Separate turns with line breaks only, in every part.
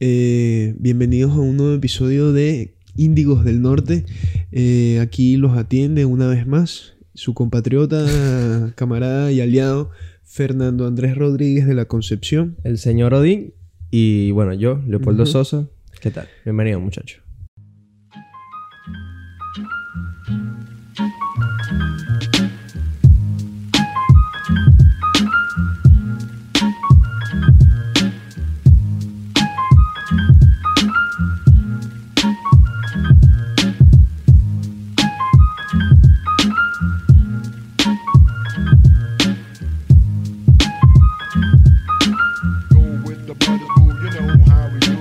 Eh, bienvenidos a un nuevo episodio de Índigos del Norte. Eh, aquí los atiende una vez más su compatriota, camarada y aliado Fernando Andrés Rodríguez de la Concepción.
El señor Odín y bueno, yo, Leopoldo
Ujú.
Sosa. ¿Qué tal? Bienvenido, muchachos.
Go with the brothers, boo, you know how we do.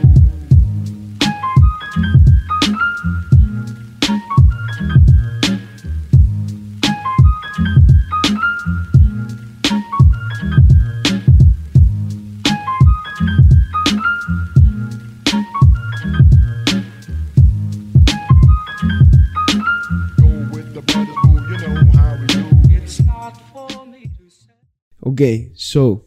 Go with the brothers, boo, you know how we do. It's not for me to say.
Ok, so,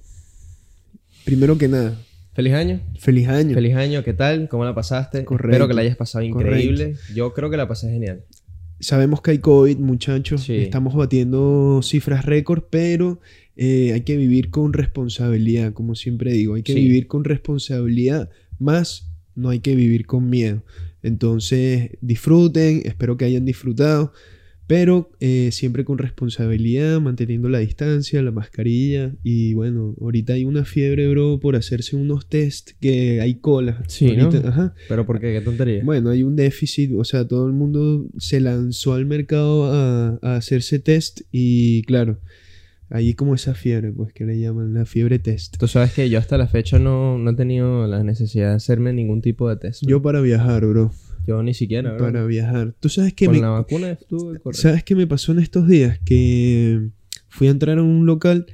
primero que nada,
Feliz año.
feliz año.
Feliz año, ¿qué tal? ¿Cómo la pasaste?
Correcto.
Espero que la hayas pasado
Correcto.
increíble. Yo creo que la pasé genial.
Sabemos que hay COVID, muchachos.
Sí.
Estamos batiendo cifras récord, pero eh, hay que vivir con responsabilidad, como siempre digo. Hay que
Sí.
vivir con responsabilidad, más no hay que vivir con miedo. Entonces, disfruten, espero que hayan disfrutado, pero eh, siempre con responsabilidad, manteniendo la distancia, la mascarilla. Y bueno, ahorita hay una fiebre, bro, por hacerse unos test que hay cola.
Sí, ¿no?
Ahorita- Ajá.
Pero ¿por qué? ¿Qué tontería?
Bueno, hay un déficit, o sea, todo el mundo se lanzó al mercado a, a hacerse test y claro, ahí como esa fiebre, pues que le llaman la fiebre test.
Tú sabes que yo hasta la fecha no, no he tenido la necesidad de hacerme ningún tipo de test.
Yo para viajar, bro,
Yo ni siquiera, ¿verdad?
para viajar. ¿Tú sabes que
Con
me, ah,
la vacuna estuve correcto.
¿Sabes qué me pasó en estos días? Que fui a entrar a un local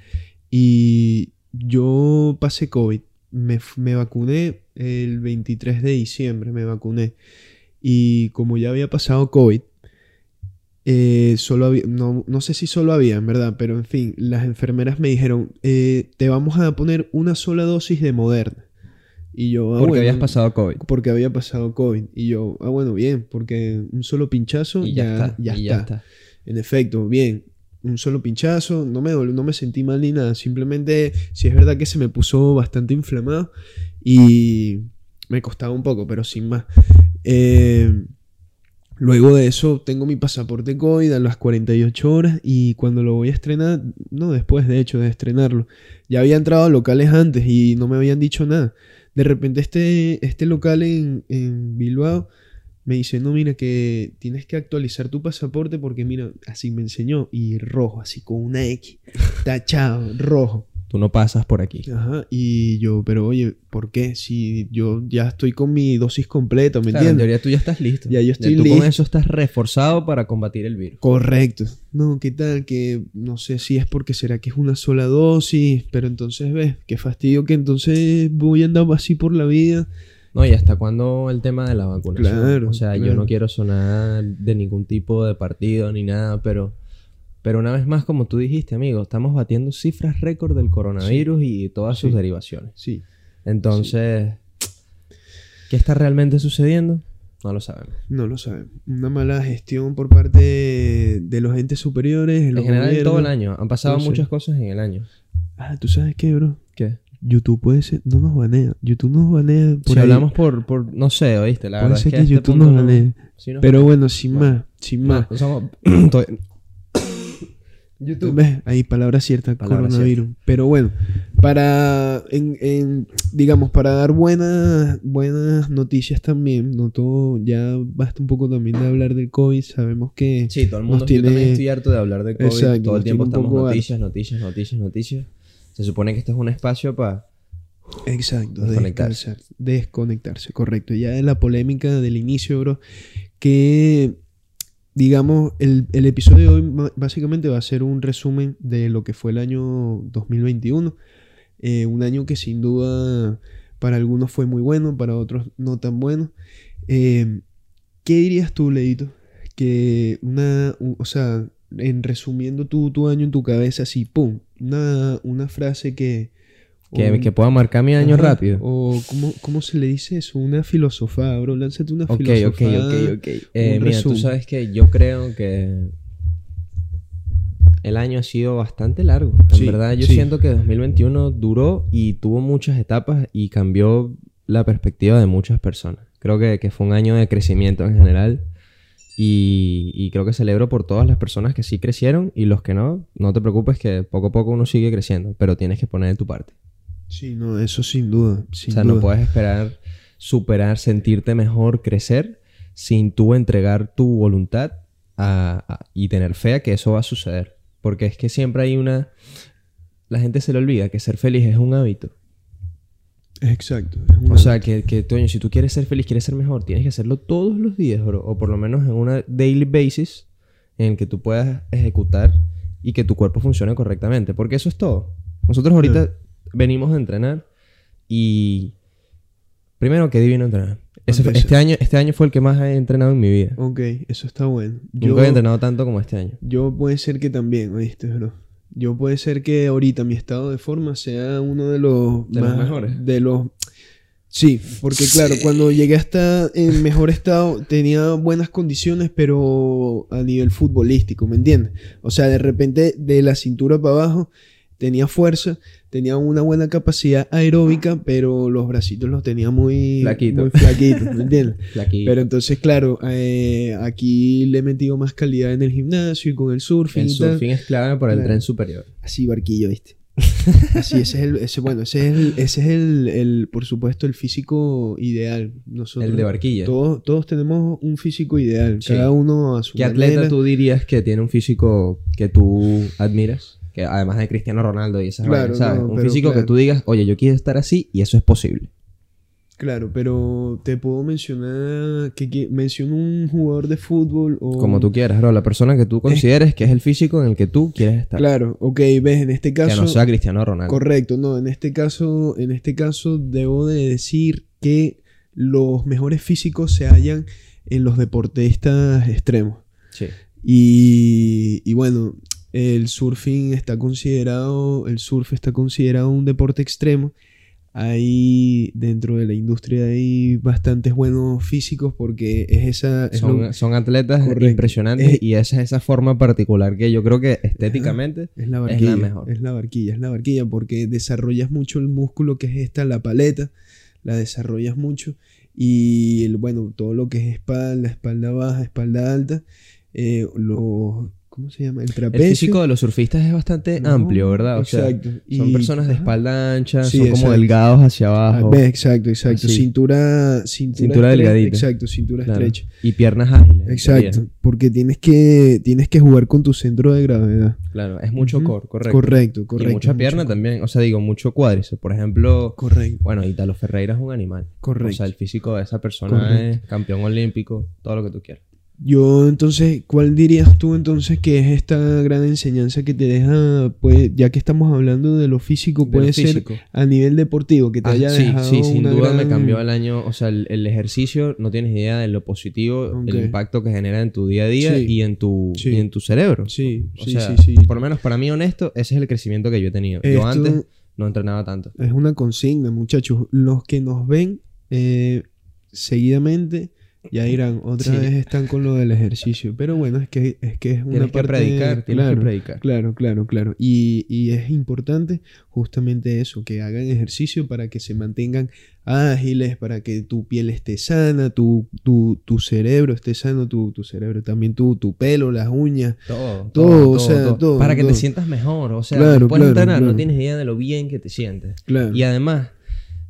y yo pasé COVID. Me, f- me vacuné el 23 de diciembre, me vacuné. Y como ya había pasado COVID, eh, solo había, no, no sé si solo había, en verdad, pero en fin, las enfermeras me dijeron, eh, te vamos a poner una sola dosis de Moderna. Y yo, "Ah,
Porque
bueno"
habías pasado COVID.
porque había pasado COVID. Y yo, ah, bueno, bien, porque un solo pinchazo
Y
ya,
ya, está.
ya
y
está. En efecto, bien. Un solo pinchazo, no me dolió, no me sentí mal ni nada. Simplemente, si es verdad que se me puso bastante inflamado y me costaba un poco, pero sin más. Eh, luego de eso, tengo mi pasaporte COVID a las 48 horas y cuando lo voy a estrenar, no, después de hecho de estrenarlo, ya había entrado a locales antes y no me habían dicho nada. De repente este, este local en, en Bilbao me dice, no, mira que tienes que actualizar tu pasaporte porque mira, así me enseñó y rojo, así con una X, tachado, rojo.
Tú no pasas por aquí.
Ajá, y yo, pero oye, ¿por qué? Si yo ya estoy con mi dosis completa, ¿me
Claro, en
entiendes?
teoría tú ya estás listo.
Ya yo estoy
tú
listo.
con eso estás reforzado para combatir el virus.
Correcto. No, ¿qué tal? Que no sé si es porque será que es una sola dosis, pero entonces ves, qué fastidio que entonces voy andando así por la vida.
No, y hasta cuándo el tema de la vacunación.
Claro,
o sea, yo
claro.
no quiero sonar de ningún tipo de partido ni nada, pero, pero una vez más, como tú dijiste, amigo, estamos batiendo cifras récord del coronavirus y todas sus
Sí.
derivaciones.
Sí,
Entonces, ¿qué está realmente sucediendo? No lo sabemos.
no lo sabemos. Una mala gestión por parte de, de los entes superiores.
En
los
general, en todo el
gobiernos.
año. Han pasado
No sé.
muchas cosas en el año.
Ah, ¿tú sabes qué, bro?
¿Qué?
YouTube puede ser... No nos banea. YouTube nos banea por
si
Pues ahí.
hablamos por, por... No sé, oíste. La
Puede
verdad es
ser
que,
que
a este
YouTube
punto
nos
no-
banee.
sí nos
Pero bueno, sin
Bueno.
más, sin
No,
más.
no somos- todavía-
¿Ves? Ahí, palabra cierta,
Palabra
coronavirus. Pero bueno, para, en, en- digamos, para dar buenas, buenas noticias también, no todo, ya basta un poco también de hablar del COVID, sabemos que...
Sí, todo el
Nos
mundo. Yo
tiene-
también estoy harto de hablar de COVID.
Exacto,
todo
nos
el
tiene
tiempo
un
estamos
poco
noticias, noticias, noticias, noticias. Se supone que este es un espacio para.
Exacto,
Desconectarse.
desconectarse. Desconectarse, correcto. Ya en la polémica del inicio, bro, que digamos, el, el episodio de hoy ma- básicamente va a ser un resumen de lo que fue el año 2021. Eh, un año que sin duda para algunos fue muy bueno, para otros no tan bueno. Eh, ¿Qué dirías tú, Leito? Que una, u- o sea, en resumiendo tu, tu año en tu cabeza, así, pum, una, una frase que...
Que,
Un-
que pueda marcar mi año
Ajá.
rápido.
O, ¿cómo, ¿cómo se le dice eso? Una filosofada, bro. Lánzate una
Ok,
filosofada.
ok, ok, ok. Eh,
un
mira, tú
resumen.
sabes que yo creo que el año ha sido bastante largo. En
Sí,
verdad, yo
sí.
siento que 2021 duró y tuvo muchas etapas y cambió la perspectiva de muchas personas. Creo que, que fue un año de crecimiento en general. Y, y creo que celebro por todas las personas que sí crecieron y los que no, no te preocupes que poco a poco uno sigue creciendo, pero tienes que poner de tu parte.
Sí, no, eso sin duda. Sin
o sea,
duda.
no puedes esperar superar, sentirte mejor, crecer sin tú entregar tu voluntad a- a- y tener fe a que eso va a suceder. Porque es que siempre hay una... La gente se le olvida que ser feliz es un hábito.
Exacto. es una-
O sea, que, que Toño, si tú quieres ser feliz, quieres ser mejor, tienes que hacerlo todos los días, bro. O por lo menos en una daily basis en el que tú puedas ejecutar y que tu cuerpo funcione correctamente. Porque eso es todo. Nosotros ahorita venimos a entrenar y... Primero, que divino entrenar. Ese fue-
Empecé.
este, año, este año fue el que más he entrenado en mi vida.
Ok, eso está bueno.
Nunca había entrenado tanto como este año.
Yo puede ser que también, ¿oíste, bro? Yo puede ser que ahorita mi estado de forma sea uno de los,
De los mejores.
De los... Sí, porque claro, cuando llegué hasta en mejor estado tenía buenas condiciones, pero a nivel futbolístico, ¿me entiendes? O sea, de repente de la cintura para abajo tenía fuerza, tenía una buena capacidad aeróbica, pero los bracitos los tenía muy
Flaquito.
muy flaquitos, ¿me entiendes?
Flaquito.
Pero entonces, claro, eh, aquí le he metido más calidad en el gimnasio y con el surfing.
el
y tal.
surfing es clave para el
Claro.
tren superior.
Así, barquillo, ¿viste? Así, ese es el, ese, bueno, ese es el, ese es el, el, por supuesto, el físico ideal. Nosotros,
el de barquilla.
Todos, todos tenemos un físico ideal,
Sí.
cada uno a su
¿Qué atleta
manera.
tú dirías que tiene un físico que tú admiras? Que además de Cristiano Ronaldo y esas
Claro,
vainas, ¿sabes?
no,
un
pero
físico
claro.
que tú digas, oye, yo quiero estar así y eso es posible.
Claro, pero te puedo mencionar, que, que- menciono un jugador de fútbol o...
Como tú quieras, bro. La persona que tú consideres que es el físico en el que tú quieres estar.
Claro, ok, ves, en este
que
caso...
no sea Cristiano Ronaldo.
Correcto, no, en este caso, en este caso debo de decir que los mejores físicos se hallan en los deportistas extremos.
Sí.
Y, y bueno, el surfing está considerado, el surf está considerado un deporte extremo. Hay dentro de la industria hay bastantes buenos físicos porque es esa es
Son,
lo-
son atletas
Correcto.
impresionantes
Es-
y esa es esa forma particular que yo creo que estéticamente
Es la
Es la
barquilla. Es la,
mejor.
barquilla, es la barquilla, porque desarrollas mucho el músculo que es esta, la paleta, la desarrollas mucho. Y el, bueno, todo lo que es espalda, espalda baja, espalda alta, eh, los. ¿Cómo se llama? El
el
trapecio.
físico de los surfistas es bastante
Ah, No,
amplio, ¿verdad? O sea,
exacto.
son
Y-
personas de
ajá.
espalda ancha,
Sí,
son como
exacto.
delgados hacia
Ah,
abajo.
ves, exacto, exacto.
Así.
Cintura, cintura,
Cintura
estre-
delgadita.
Exacto, cintura
Claro.
estrecha.
Y piernas ágiles. en teoría.
Exacto, porque tienes que, tienes que jugar con tu centro de gravedad.
Claro, es mucho
Ujú.
core, correcto.
Correcto, correcto.
Y mucha
mucho-
pierna también, o sea, digo, mucho cuádriceps. Por ejemplo,
Correcto,
bueno, Italo Ferreira es un animal.
correcto.
O sea, el físico de esa persona
Correcto.
es campeón olímpico, todo lo que tú quieras.
Yo entonces, ¿cuál dirías tú entonces que es esta gran enseñanza que te deja, pues, ya que estamos hablando de lo físico,
De lo
puede ser
físico.
a nivel deportivo, que te
Ah,
haya
sí,
dejado
sí, sin
una
duda me
gran-
cambió el año. O sea, el, el ejercicio, no tienes idea de lo positivo,
Ok.
el impacto que genera en tu día a día
Sí.
y, en tu,
Sí.
y en tu cerebro.
Sí,
O
sí,
sea,
sí, sí.
Por lo menos para mí, honesto, ese es el crecimiento que yo he tenido.
Esto-
Yo antes no entrenaba tanto.
Es una consigna, muchachos. Los que nos ven eh, seguidamente ya dirán, otra
Sí.
vez están con lo del ejercicio. Pero bueno, es que es, que es una
Tienes que
parte...
predicar, tienes
claro,
que predicar.
Claro, claro, claro. Y, y es importante justamente eso, que hagan ejercicio para que se mantengan ágiles, para que tu piel esté sana, tu, tu, tu cerebro esté sano, tu, tu cerebro también, tu, tu pelo, las uñas.
Todo,
Todo, o sea, todo,
Para que te
todo.
sientas mejor, o sea,
Claro,
después de
claro,
entrenar
claro.
no tienes idea de lo bien que te sientes.
Claro.
Y además,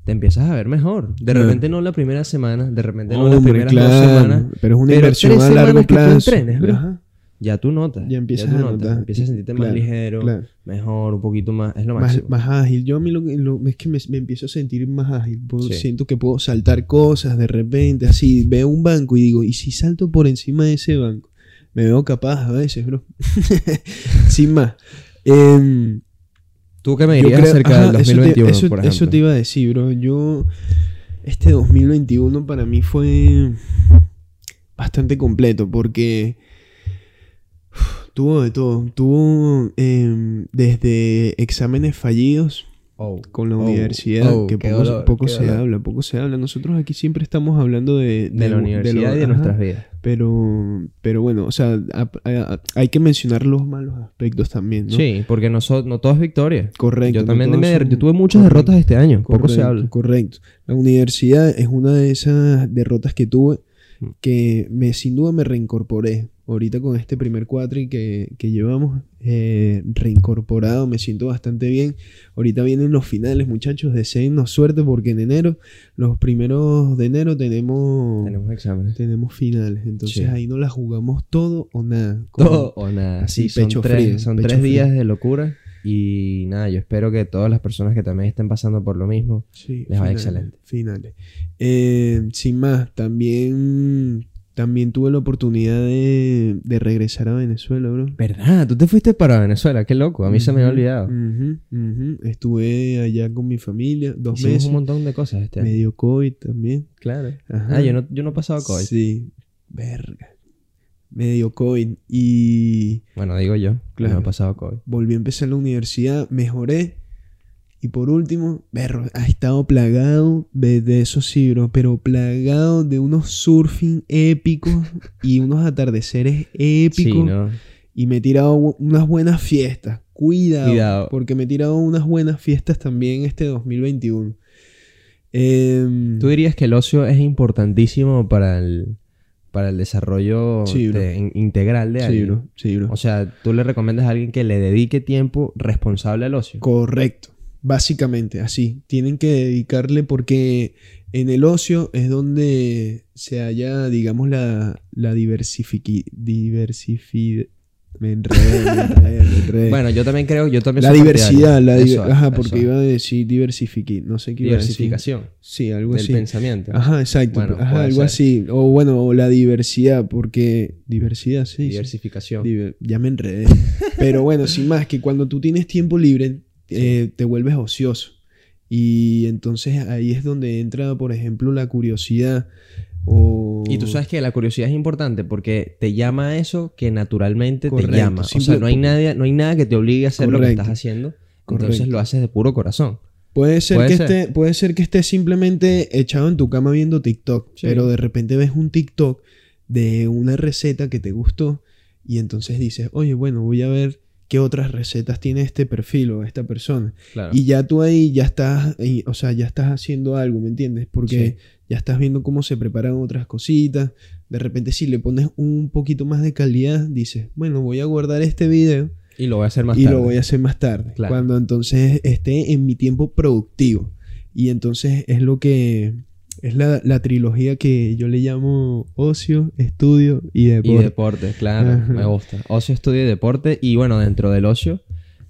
te empiezas a ver mejor. De
Claro.
repente no la primera semana, de repente no las
Hombre,
primeras dos
claro,
semanas,
Pero es una
pero
inversión
tres
a largo
semanas que tú
plazo.
entrenes, bro.
Ajá,
ya tú notas.
Ya empiezas
tú
a
notas,
notar.
Empiezas a sentirte
Claro,
más ligero,
claro.
mejor, un poquito más. Es lo
Más,
máximo.
más ágil. Yo a mí lo, que- lo- es que me, me empiezo a sentir más ágil. Puedo-
Sí.
Siento que puedo saltar cosas de repente. Así veo un banco y digo, ¿y si salto por encima de ese banco? Me veo capaz a veces, bro. Sin más. Em,
¿Tú qué me
yo
dirías
creo-
acerca
ajá,
del 2021,
eso te, eso-
por
eso
ejemplo?
te iba a decir, bro. Yo, este 2021 para mí fue bastante completo porque uf, tuvo de todo. Tuvo em, desde exámenes fallidos
Oh.
con la
Oh,
universidad,
oh,
que
qué
poco,
dolor,
poco
qué
se
dolor.
habla, poco se habla. Nosotros aquí siempre estamos hablando de,
De la
lo-
universidad
lo-
y de
ajá,
nuestras vidas.
Pero, pero bueno, o sea, a- a- a- hay que mencionar los malos aspectos también, ¿no?
Sí, porque no, so- no todo es victoria.
Correcto.
Yo
no
también
todos
me-
son-
yo tuve muchas
correcto.
derrotas este año. Poco se
Correcto,
habla.
Correcto. La universidad es una de esas derrotas que tuve
Mm.
que me, sin duda me reincorporé. Ahorita con este primer cuatri que, que llevamos eh, reincorporado me siento bastante bien. Ahorita vienen los finales, muchachos. Deseennos suerte porque en enero, los primeros de enero tenemos, tenemos,
Tenemos exámenes.
finales. Entonces
Sí.
ahí no la jugamos todo o nada. Como-
Todo o nada.
Así,
Sí, son
pecho
tres,
frío,
son
pecho
tres
frío.
días de locura. Y nada, yo espero que todas las personas que también estén pasando por lo mismo.
Sí,
Les va
finales,
excelente.
Finales. Eh, sin más, también, también tuve la oportunidad de, de regresar a Venezuela, bro.
¿Verdad? Tú te fuiste para Venezuela, qué loco. A mí se me había olvidado.
Ujú, ujú. Estuve allá con mi familia dos
Hicimos
meses.
un montón de cosas este año.
Me dio COVID también.
Claro.
Ajá.
Ah, yo no, yo no he pasado COVID.
Sí, verga. Me dio COVID y
Bueno, digo yo.
Claro.
Claro. No he pasado COVID.
volví a empezar la universidad, mejoré. Y por último, berro, ha estado plagado de, de esos sí, bro, pero plagado de unos surfing épicos y unos atardeceres épicos.
Sí, ¿no?
Y me he tirado u- unas buenas fiestas. Cuidado,
Cuidado.
Porque me he tirado unas buenas fiestas también este 2021. Em,
¿Tú dirías que el ocio es importantísimo para el, para el desarrollo
Sí, bro.
de- in- integral de
sí,
alguien?
bro, sí, bro.
O sea, tú le recomiendas a alguien que le dedique tiempo responsable al ocio.
Correcto. Básicamente, así. Tienen que dedicarle porque en el ocio es donde se halla, digamos, la, la diversifiqui- diversifi- Me enredé, me enredé, me enredé.
Bueno, yo también creo, yo también
la
soy
diversidad,
partidario.
la di-
Eso es,
Ajá,
eso
porque
es.
iba a decir diversifiqui. No sé qué iba a decir.
diversificación
Sí, algo
del
así.
pensamiento.
Ajá, exacto.
Bueno,
Ajá,
puede
algo
ser.
así. O bueno, o la diversidad, porque. Diversidad, sí. sí.
diversificación.
Diver- Ya me enredé. Pero bueno, sin más, que cuando tú tienes tiempo libre, eh, te vuelves ocioso. Y entonces ahí es donde entra, por ejemplo, la curiosidad. O...
Y tú sabes que la curiosidad es importante porque te llama a eso que naturalmente
Correcto,
te llama. O sea,
simple-
no hay, nadie, no hay nada que te obligue a hacer lo que
Correcto,
estás haciendo. Entonces
correcto.
lo haces de puro corazón.
Puede ser,
Puede
que
ser.
Esté, puede ser que estés simplemente echado en tu cama viendo TikTok,
Sí.
pero de repente ves un TikTok de una receta que te gustó y entonces dices, oye, bueno, voy a ver qué otras recetas tiene este perfil o esta persona.
Claro.
Y ya tú ahí ya estás, ahí, o sea, ya estás haciendo algo, ¿me entiendes? Porque
Sí.
ya estás viendo cómo se preparan otras cositas. De repente si le pones un poquito más de calidad, dices, bueno, voy a guardar este video
Y lo voy a hacer más
y
tarde.
lo voy a hacer más tarde.
Claro.
Cuando entonces esté en mi tiempo productivo. Y entonces es lo que... Es la, la trilogía que yo le llamo ocio, estudio y
Y
deporte.
deporte, claro,
Ajá.
me gusta. Ocio, estudio y deporte. Y bueno, dentro del ocio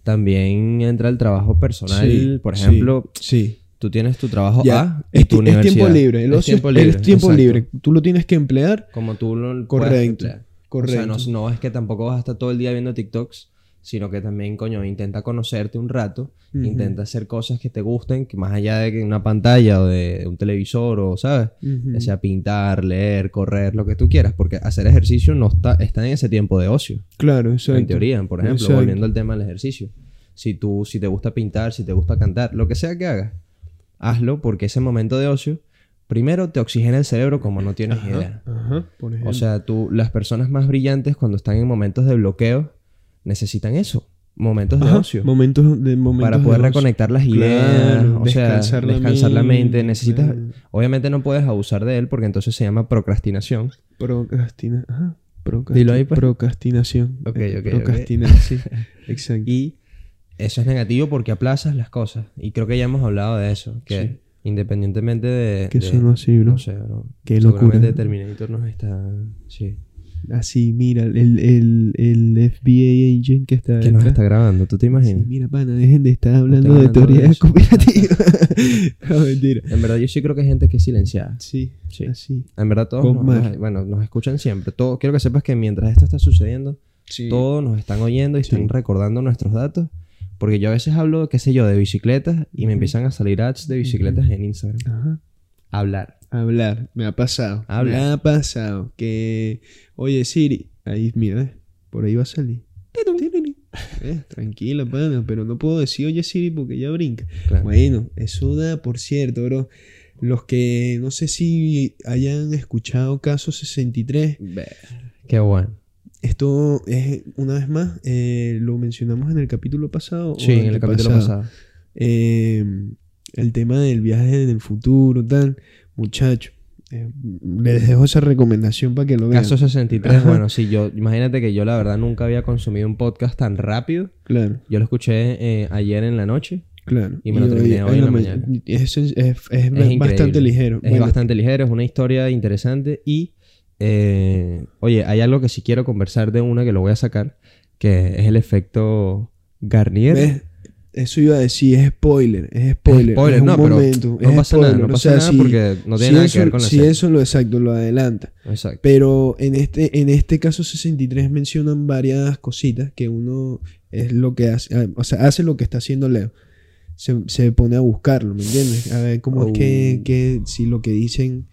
también entra el trabajo personal.
Sí,
Por
sí,
ejemplo,
sí.
tú tienes tu trabajo
Ya.
A y
Es, ti-
tu
es
universidad.
tiempo libre. El
Es
ocio es- es tiempo
exacto.
libre. Tú lo tienes que emplear
Como tú lo puedes
Correcto.
emplear.
Correcto.
O sea, no, no es que tampoco vas a estar todo el día viendo TikToks, sino que también, coño, intenta conocerte un rato,
Ujú.
intenta hacer cosas que te gusten, que más allá de que una pantalla o de un televisor o, ¿sabes?
Ujú.
Ya sea pintar, leer, correr, lo que tú quieras, porque hacer ejercicio no está, está en ese tiempo de ocio,
Claro, exacto.
en teoría, por ejemplo,
Exacto.
volviendo al tema del ejercicio. Si tú, si te gusta pintar, si te gusta cantar, lo que sea que hagas, hazlo porque ese momento de ocio, primero te oxigena el cerebro como no tienes idea.
Ajá, por ejemplo.
O sea, tú, las personas más brillantes cuando están en momentos de bloqueo necesitan eso, momentos de
Ajá,
ocio.
Momentos de momentos
para poder
de ocio.
reconectar las
Claro,
ideas, o sea,
descansar
descansar,
la
la,
mente,
mente. Necesitas,
claro.
obviamente no puedes abusar de él porque entonces se llama procrastinación.
Procrastina. Ajá. Procrasti-
Dilo ahí, pues.
Procrastinación.
Ok,
Eh,
ok, ok.
Procrastinar, sí. Exacto.
Y eso es negativo porque aplazas las cosas. Y creo que ya hemos hablado de eso, que
Sí.
independientemente de...
que
de-
sonó así, bro.
No sé, bro.
Qué locura.
Seguramente Terminator nos está... Sí.
Así, mira, el, el, el FBI agent que está.
Que nos
detrás.
está grabando, ¿tú
Sí,
te imaginas?
mira, pana, dejen de estar hablando de
hablando de
teorías
eso.
conspirativas. no, mentira.
En verdad yo sí creo que hay gente que es silenciada.
Sí,
Sí.
así.
En verdad todos
Con
nos,
Mar.
nos- bueno, nos escuchan siempre. Todo, quiero que sepas que mientras esto está sucediendo,
Sí.
todos nos están oyendo y
Sí.
están recordando nuestros datos. Porque yo a veces hablo, qué sé yo, de bicicletas y me empiezan a salir ads de bicicletas en Instagram.
Ajá.
Hablar.
Hablar, me ha pasado.
Habla.
Me ha pasado que, oye Siri, ahí mira, eh, por ahí va a salir. Eh, tranquila, pana, pero no puedo decir oye Siri porque ya brinca.
Claro.
Bueno, eso da, por cierto, bro. Los que no sé si hayan escuchado caso 63,
Qué bueno.
esto es, una vez más, eh, lo mencionamos en el capítulo pasado. o
Sí, en el capítulo
antepasado.
pasado.
Eh, el tema del viaje en el futuro, tal. Muchacho, eh, les dejo esa recomendación para que lo vean.
Caso 63,
Ajá.
bueno, sí, yo, imagínate que yo la verdad nunca había consumido un podcast tan rápido.
Claro,
Yo lo escuché eh, ayer en la noche.
claro.
Y me lo terminé hoy en la
ma-
mañana.
Es, es- es
increíble.
bastante ligero.
Es
Bueno,
bastante ligero, es una historia interesante y, eh, oye, hay algo que sí quiero conversar de una que lo voy a sacar, que es el efecto Garnier.
¿Ves? Eso iba a decir, es spoiler, es spoiler.
Spoiler,
es un
no, pero
momento,
no
es
pasa
spoiler,
nada, no
o
pasa
sea,
nada
si-
porque no tiene
si
nada
eso,
que ver con la
Si
serie.
eso lo exacto, lo adelanta.
Exacto.
Pero en este, en este caso 63 mencionan varias cositas que uno es lo que hace, ah, o sea, hace lo que está haciendo Leo. Se, se pone a buscarlo, ¿me entiendes? A ver cómo es que,
Oh.
que si lo que dicen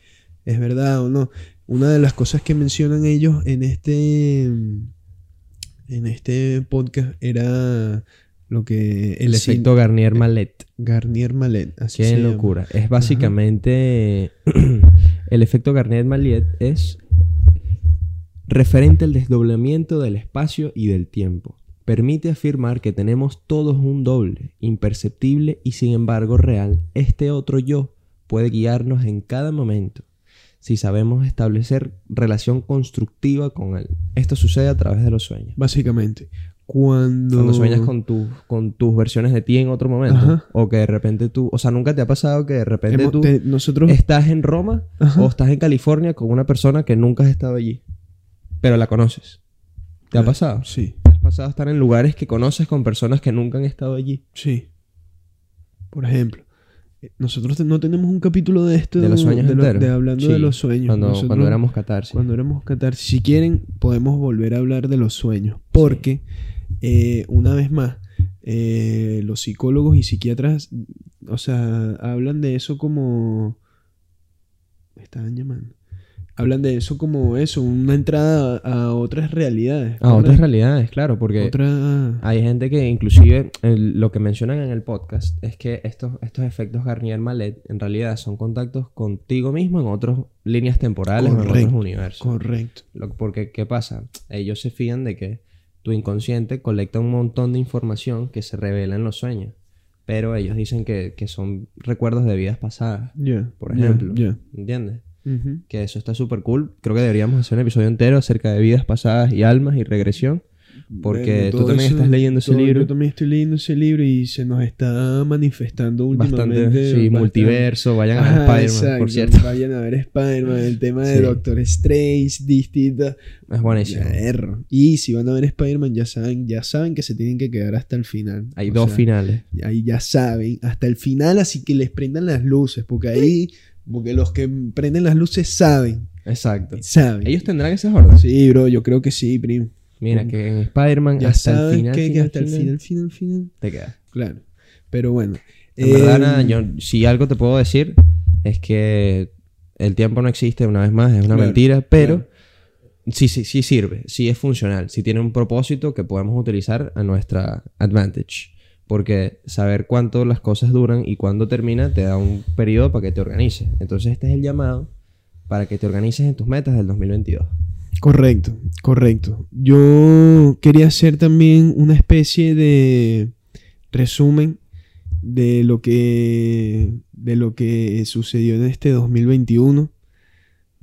es verdad o no. Una de las cosas que mencionan ellos en este en este podcast era lo que
El
sin-
efecto Garnier
eh,
Malet.
Garnier Malet, así
Qué
se llama.
locura. Es básicamente el efecto Garnier Malet es referente al desdoblamiento del espacio y del tiempo. Permite afirmar que tenemos todos un doble, imperceptible y sin embargo real. Este otro yo puede guiarnos en cada momento si sabemos establecer relación constructiva con él. Esto sucede a través de los sueños.
Básicamente, cuando...
Cuando sueñas con, tus con tus versiones de ti en otro momento.
Ajá.
O que de repente tú. O sea, nunca te ha pasado que de repente
Hemos-
tú
te- nosotros...
estás en Roma
Ajá.
o estás en California con una persona que nunca has estado allí. Pero la conoces. ¿Te ha
Claro,
pasado?
Sí,
¿Te has pasado a estar en lugares que conoces con personas que nunca han estado allí?
sí. Por ejemplo, eh, nosotros te- no tenemos un capítulo de esto...
De los sueños
de lo-
enteros.
de hablando de
Sí,
los sueños.
Cuando,
Nosotros-
cuando éramos catarsis.
Cuando éramos Qatar. Si quieren, podemos volver a hablar de los sueños. Porque, eh, una vez más, eh, los psicólogos y psiquiatras, o sea, hablan de eso como... Me estaban llamando. Hablan de eso como eso, una entrada a a otras realidades.
A Ah, otras
¿correcto?
realidades, claro, porque.
Otra...
Hay gente que inclusive el- lo que mencionan en el podcast es que estos, estos efectos Garnier Malet en realidad son contactos contigo mismo en otras líneas temporales o en
Correcto,
otros universos.
Correcto.
Lo- porque, ¿qué pasa? Ellos se fían de que tu inconsciente colecta un montón de información que se revela en los sueños. Pero ellos dicen que, que son recuerdos de vidas pasadas,
Ya.
por
ya,
ejemplo.
ya.
¿Entiendes?
Ujú.
Que eso está súper cool. Creo que deberíamos hacer un episodio entero acerca de vidas pasadas y almas y regresión. Porque
Bueno,
tú
todo
también
eso-
estás leyendo ese
todo-
libro.
Yo también estoy leyendo ese libro y se nos está manifestando últimamente.
Bastante, sí,
bastante.
multiverso, vayan a
Ajá,
ver Spider-Man,
exacto,
por cierto.
Vayan a ver Spider-Man, el tema de
Sí.
Doctor Strange, distinta.
Es buenísimo.
Erro. Y si van a ver Spider-Man, ya saben, ya saben que se tienen que quedar hasta el final.
Hay
O
dos
sea,
finales.
Ahí ya saben, hasta el final, así que les prendan las luces, porque ahí, porque los que prenden las luces saben,
Exacto.
saben.
Ellos tendrán esas órdenes.
Sí, bro, yo creo que sí, primo.
Mira, que en Spider-Man
Ya
hasta el
sabes
final,
que, que
final,
hasta el
final,
final, final, final.
te queda.
Claro. Pero bueno.
En verdad,
em,
nada, yo, si algo te puedo decir es que el tiempo no existe, una vez más, es una
Claro,
mentira, pero sí, sí, sí sirve, sí es funcional, sí tiene un propósito que podemos utilizar a nuestra advantage. Porque saber cuánto las cosas duran y cuándo termina te da un periodo para que te organices. Entonces, este es el llamado para que te organices en tus metas del 2022.
Correcto, correcto. Yo quería hacer también una especie de resumen de lo que de lo que sucedió en este 2021.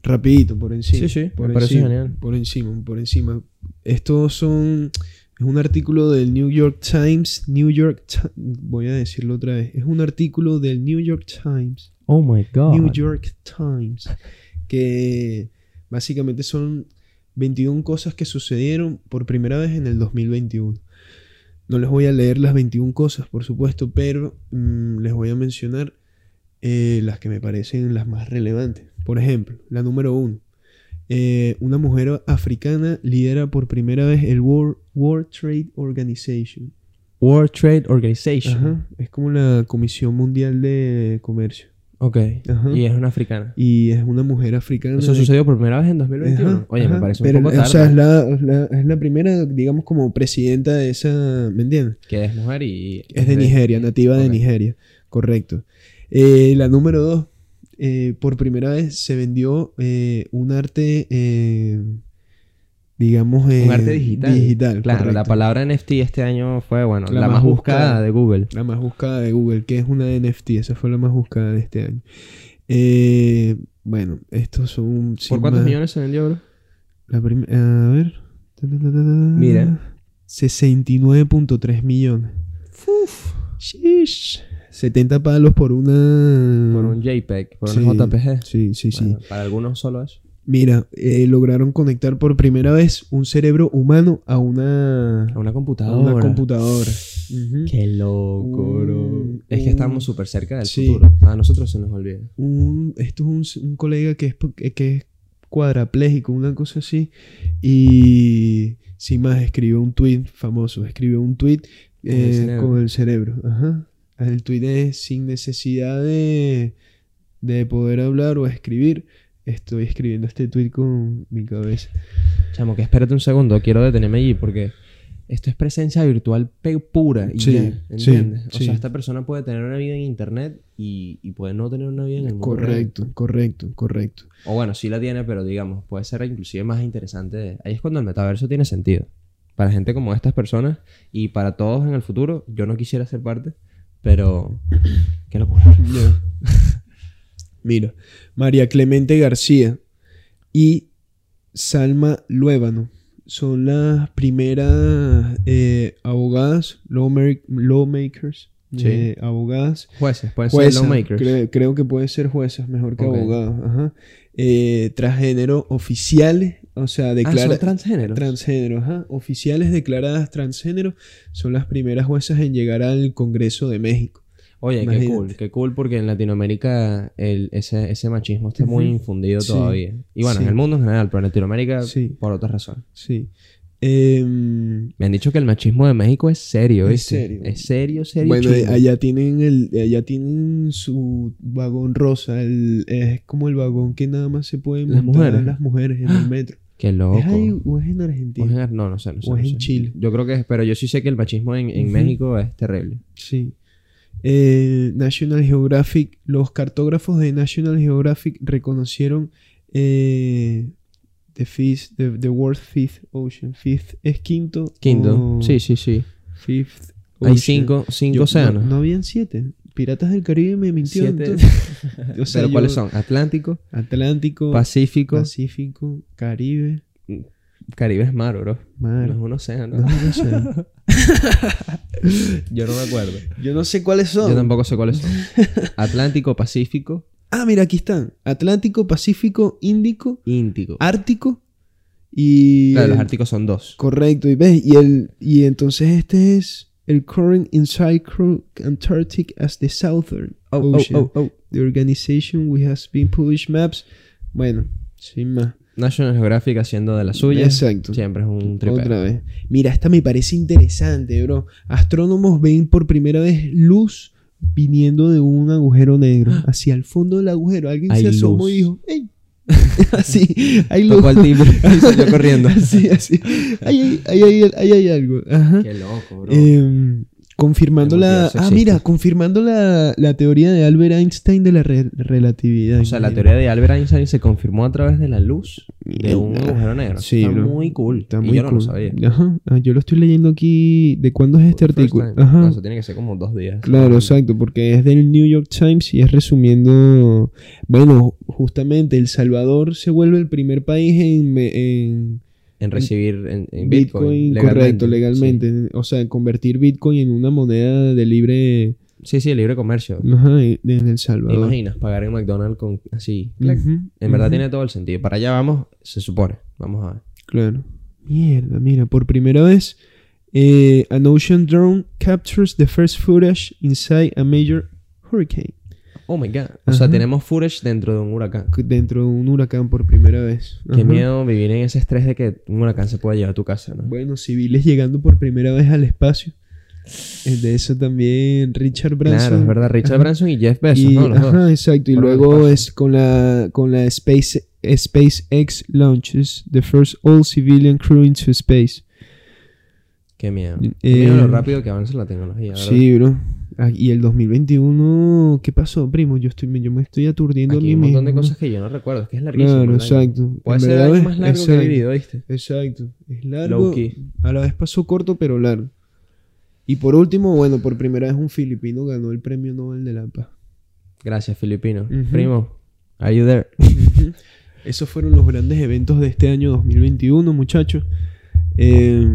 Rapidito, por encima.
Sí, sí,
por
me parece
encima,
genial.
Por encima, por encima. Estos son es un artículo del New York Times, New York Ti- voy a decirlo otra vez. Es un artículo del New York Times.
Oh my God.
New York Times, que básicamente son 21 cosas que sucedieron por primera vez en el 2021. No les voy a leer las 21 cosas, por supuesto, pero mm, les voy a mencionar eh, las que me parecen las más relevantes. Por ejemplo, la número uno. Eh, una mujer africana lidera por primera vez el World, World Trade Organization.
World Trade Organization.
Ajá, Es como la Comisión Mundial de Comercio.
Ok.
Ajá.
Y es una africana.
Y es una mujer africana.
Eso
de-
sucedió por primera vez en 2021.
Ajá,
Oye, me
ajá.
parece
Pero,
un poco
O
tarde.
sea, es la, es la- es la primera, digamos, como presidenta de esa. ¿Me entiendes?
Que es mujer y...
Es de Nigeria, nativa de
Ok.
Nigeria. Correcto. Eh, la número dos. eh, por primera vez se vendió eh, un arte. eh, digamos. eh,
Un arte digital.
Digital.
Claro, la
correcto.
palabra NFT este año fue, bueno,
La
la,
más
más, buscada,
buscada.
de Google.
La más buscada de Google, que es una NFT. Esa fue la más buscada de este año. Eh, bueno, estos son. sin
¿Por cuántos
más-
millones se vendió, bro?
La prim- eh, a ver. Ta, ta, ta, ta, ta.
Mira.
69.3 millones. Sheesh. 70 palos por una.
Por un JPEG, por
Sí,
un JPG.
Sí, sí, sí.
Bueno, para algunos solo eso.
Mira, eh, lograron conectar por primera vez un cerebro humano a una,
A una
a
computadora.
una computadora. Ujú.
Qué loco, bro.
Un-
es que
un-
estamos súper cerca del
Sí.
futuro. A nosotros se nos olvida.
un, esto es un s- un, colega que es, po- eh, que es cuadraplégico, una cosa así, y sin más escribió un tweet famoso, escribió un tweet
Con el
eh,
cerebro.
con el cerebro. Ajá. El tweet es sin necesidad de, de poder hablar o escribir. Estoy escribiendo este tweet con mi cabeza.
Chamo, que espérate un segundo, quiero detenerme allí porque esto es presencia virtual pe- pura y
Sí,
ya,
sí,
¿entiendes? o
sí.
sea, esta persona puede tener una vida en internet y, y puede no tener una vida en el mundo real.
Correcto, correcto, correcto.
O bueno, sí la tiene, pero digamos, puede ser inclusive más interesante. Ahí es cuando el metaverso tiene sentido. Para gente como estas personas y para todos en el futuro, yo no quisiera ser parte, pero qué locura.
Ya. Mira, María Clemente García y Salma Luébano son las primeras eh, abogadas, lawmer- lawmakers,
Sí.
eh, abogadas.
Jueces, pueden
juezas,
ser lawmakers.
cre- creo que pueden ser juezas mejor que
Ok.
abogados. ajá. Eh, transgénero oficiales, o sea,
Ah,
declara
son transgéneros.
transgénero, ajá. Oficiales declaradas transgénero son las primeras juezas en llegar al Congreso de México.
Oye, qué
Imagínate.
cool, qué cool porque en Latinoamérica el, ese, ese machismo está muy
Ujú.
infundido
Sí,
todavía. Y bueno,
sí.
en el mundo en general, pero en Latinoamérica
Sí.
por otras razones.
Sí. Em,
Me han dicho que el machismo de México es serio,
Es
¿viste?
serio.
Es serio, serio.
Bueno,
chimbo.
allá tienen el, allá tienen su vagón rosa, el- es como el vagón que nada más se pueden
Las
montar
mujeres. ¡Ah!
las mujeres en el metro.
Qué loco.
¿Es ahí o es en
O es en
Argentina?
Ar- no, no sé, no sé.
o
no
es en
sé.
Chile.
Yo creo que es, pero yo sí sé que el machismo en, en
Ujú.
México es terrible.
Sí. Eh, National Geographic, los cartógrafos de National Geographic reconocieron eh, the, fifth, the, the World Fifth Ocean. Fifth es quinto.
Quinto.
o
Sí, sí, sí.
Fifth
Hay
Ocean.
cinco, cinco
Oh. Yo- no-
océanos.
No, habían siete. Piratas del Caribe me mintió.
Siete.
entonces. O sea,
pero
yo-
¿cuáles son? Atlántico,
Atlántico,
Pacífico,
Pacífico, Caribe,
Caribe es mar, bro. No
mar.
es un océano.
No, no sé.
Yo no me acuerdo.
Yo no sé cuáles son.
Yo tampoco sé cuáles son. Atlántico, Pacífico,
Ah, mira, aquí están. Atlántico, Pacífico, Índico,
Índico.
Ah, Ártico y...
Claro, los árticos son dos.
Correcto, y ves, y, el, y entonces este es el Current Inside Cru- Antarctic as the Southern
Oh,
Ocean. The organization we has been published maps. Bueno, sin más.
National Geographic haciendo de la suya.
Exacto.
Siempre es un tripero.
Otra vez. Mira, esta me parece interesante, bro. Astrónomos ven por primera vez luz viniendo de un agujero negro. Hacia el fondo del agujero. Alguien
Hay
se asomó
luz.
y dijo, ¡Ey! así, hay luz.
Tocó al timbre y salió corriendo.
Así, así. Ahí hay, ahí hay- ahí hay algo. Ajá.
Qué loco, bro.
Em, confirmando
El
la.
multiverso
Ah,
existe.
mira, confirmando la, la teoría de Albert Einstein de la re- relatividad.
o sea, la teoría de Albert Einstein se confirmó a través de la luz de un agujero negro.
Sí,
Está
bro.
muy cool.
Está
Y
muy
yo no
cool.
lo sabía.
Ajá. Ah, yo lo estoy leyendo aquí. ¿De cuándo es este
First
artículo?
time.
Ajá.
No, eso tiene que ser como dos días.
Claro, exacto, porque es del New York Times y es resumiendo, bueno, justamente El Salvador se vuelve el primer país en, me- en
En recibir en, en
Bitcoin,
Bitcoin.
correcto, legalmente, o sea, en convertir Bitcoin en una moneda de libre
Sí, sí, sí, libre comercio.
ajá, en en El
¿Te
Salvador.
imaginas pagar en McDonald's con así?
Ujú,
En verdad
ujú,
tiene todo el sentido. Para allá vamos, se supone. Vamos a ver.
Claro. Mierda, mira, por primera vez, eh, an ocean drone captures the first footage inside a major hurricane.
Oh my god. O sea,
Ajá.
tenemos footage dentro de un huracán.
Dentro de un huracán por primera vez.
Qué
Ajá.
miedo vivir en ese estrés de que un huracán se pueda llevar a tu casa, ¿no?
Bueno, civiles llegando por primera vez al espacio. El de eso también, Richard Branson.
Claro, es verdad. Richard
Ajá.
Branson y Jeff Bezos,
Y-
¿no? Los dos.
ajá, exacto. Y
Por el
luego
espacio.
es con la, con la Space, SpaceX launches the first all civilian crew into space.
Qué miedo.
Eh,
Qué miedo lo rápido que avanza la tecnología. ¿verdad?
Sí, bro. Ah, y el 2021, ¿qué pasó, primo? Yo estoy yo me estoy aturdiendo
Aquí
a
hay
mí
un montón de
mismo.
cosas que yo no recuerdo. Es que es larguísimo.
Claro,
el año.
exacto.
Puede
En
ser el
verdad
año
es-
más largo que he
exacto,
vivido, ¿viste?
Exacto. Es
Low
largo.
key.
A la vez pasó corto, pero largo. Y por último, bueno, por primera vez un filipino ganó el premio Nobel de la Paz.
Gracias, filipino.
Ujú.
Primo, are you there?
Esos fueron los grandes eventos de este año 2021, muchachos. Eh,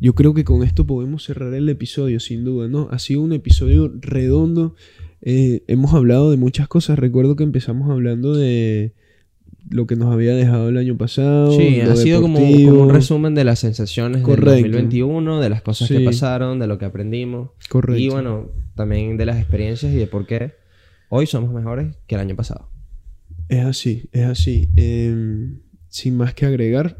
yo creo que con esto podemos cerrar el episodio, sin duda, ¿no? Ha sido un episodio redondo. Eh, hemos hablado de muchas cosas. Recuerdo que empezamos hablando de lo que nos había dejado el año pasado.
Sí,
lo
ha sido como,
deportivo.
como un resumen de las sensaciones
Correcto.
del 2021, de las cosas que
Sí.
pasaron, de lo que aprendimos.
Correcto.
Y bueno, también de las experiencias y de por qué hoy somos mejores que el año pasado.
Es así, es así. Eh, sin más que agregar,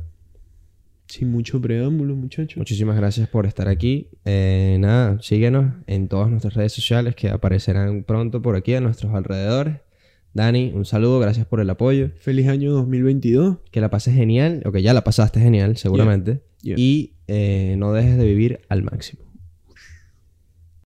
sin mucho preámbulo, muchachos.
Muchísimas gracias por estar aquí. Eh, nada, síguenos en todas nuestras redes sociales que aparecerán pronto por aquí a nuestros alrededores. Dani, un saludo, gracias por el apoyo.
Feliz año 2022.
Que la pases genial, o que ya la pasaste genial, seguramente.
Yeah.
Y eh, no dejes de vivir al máximo.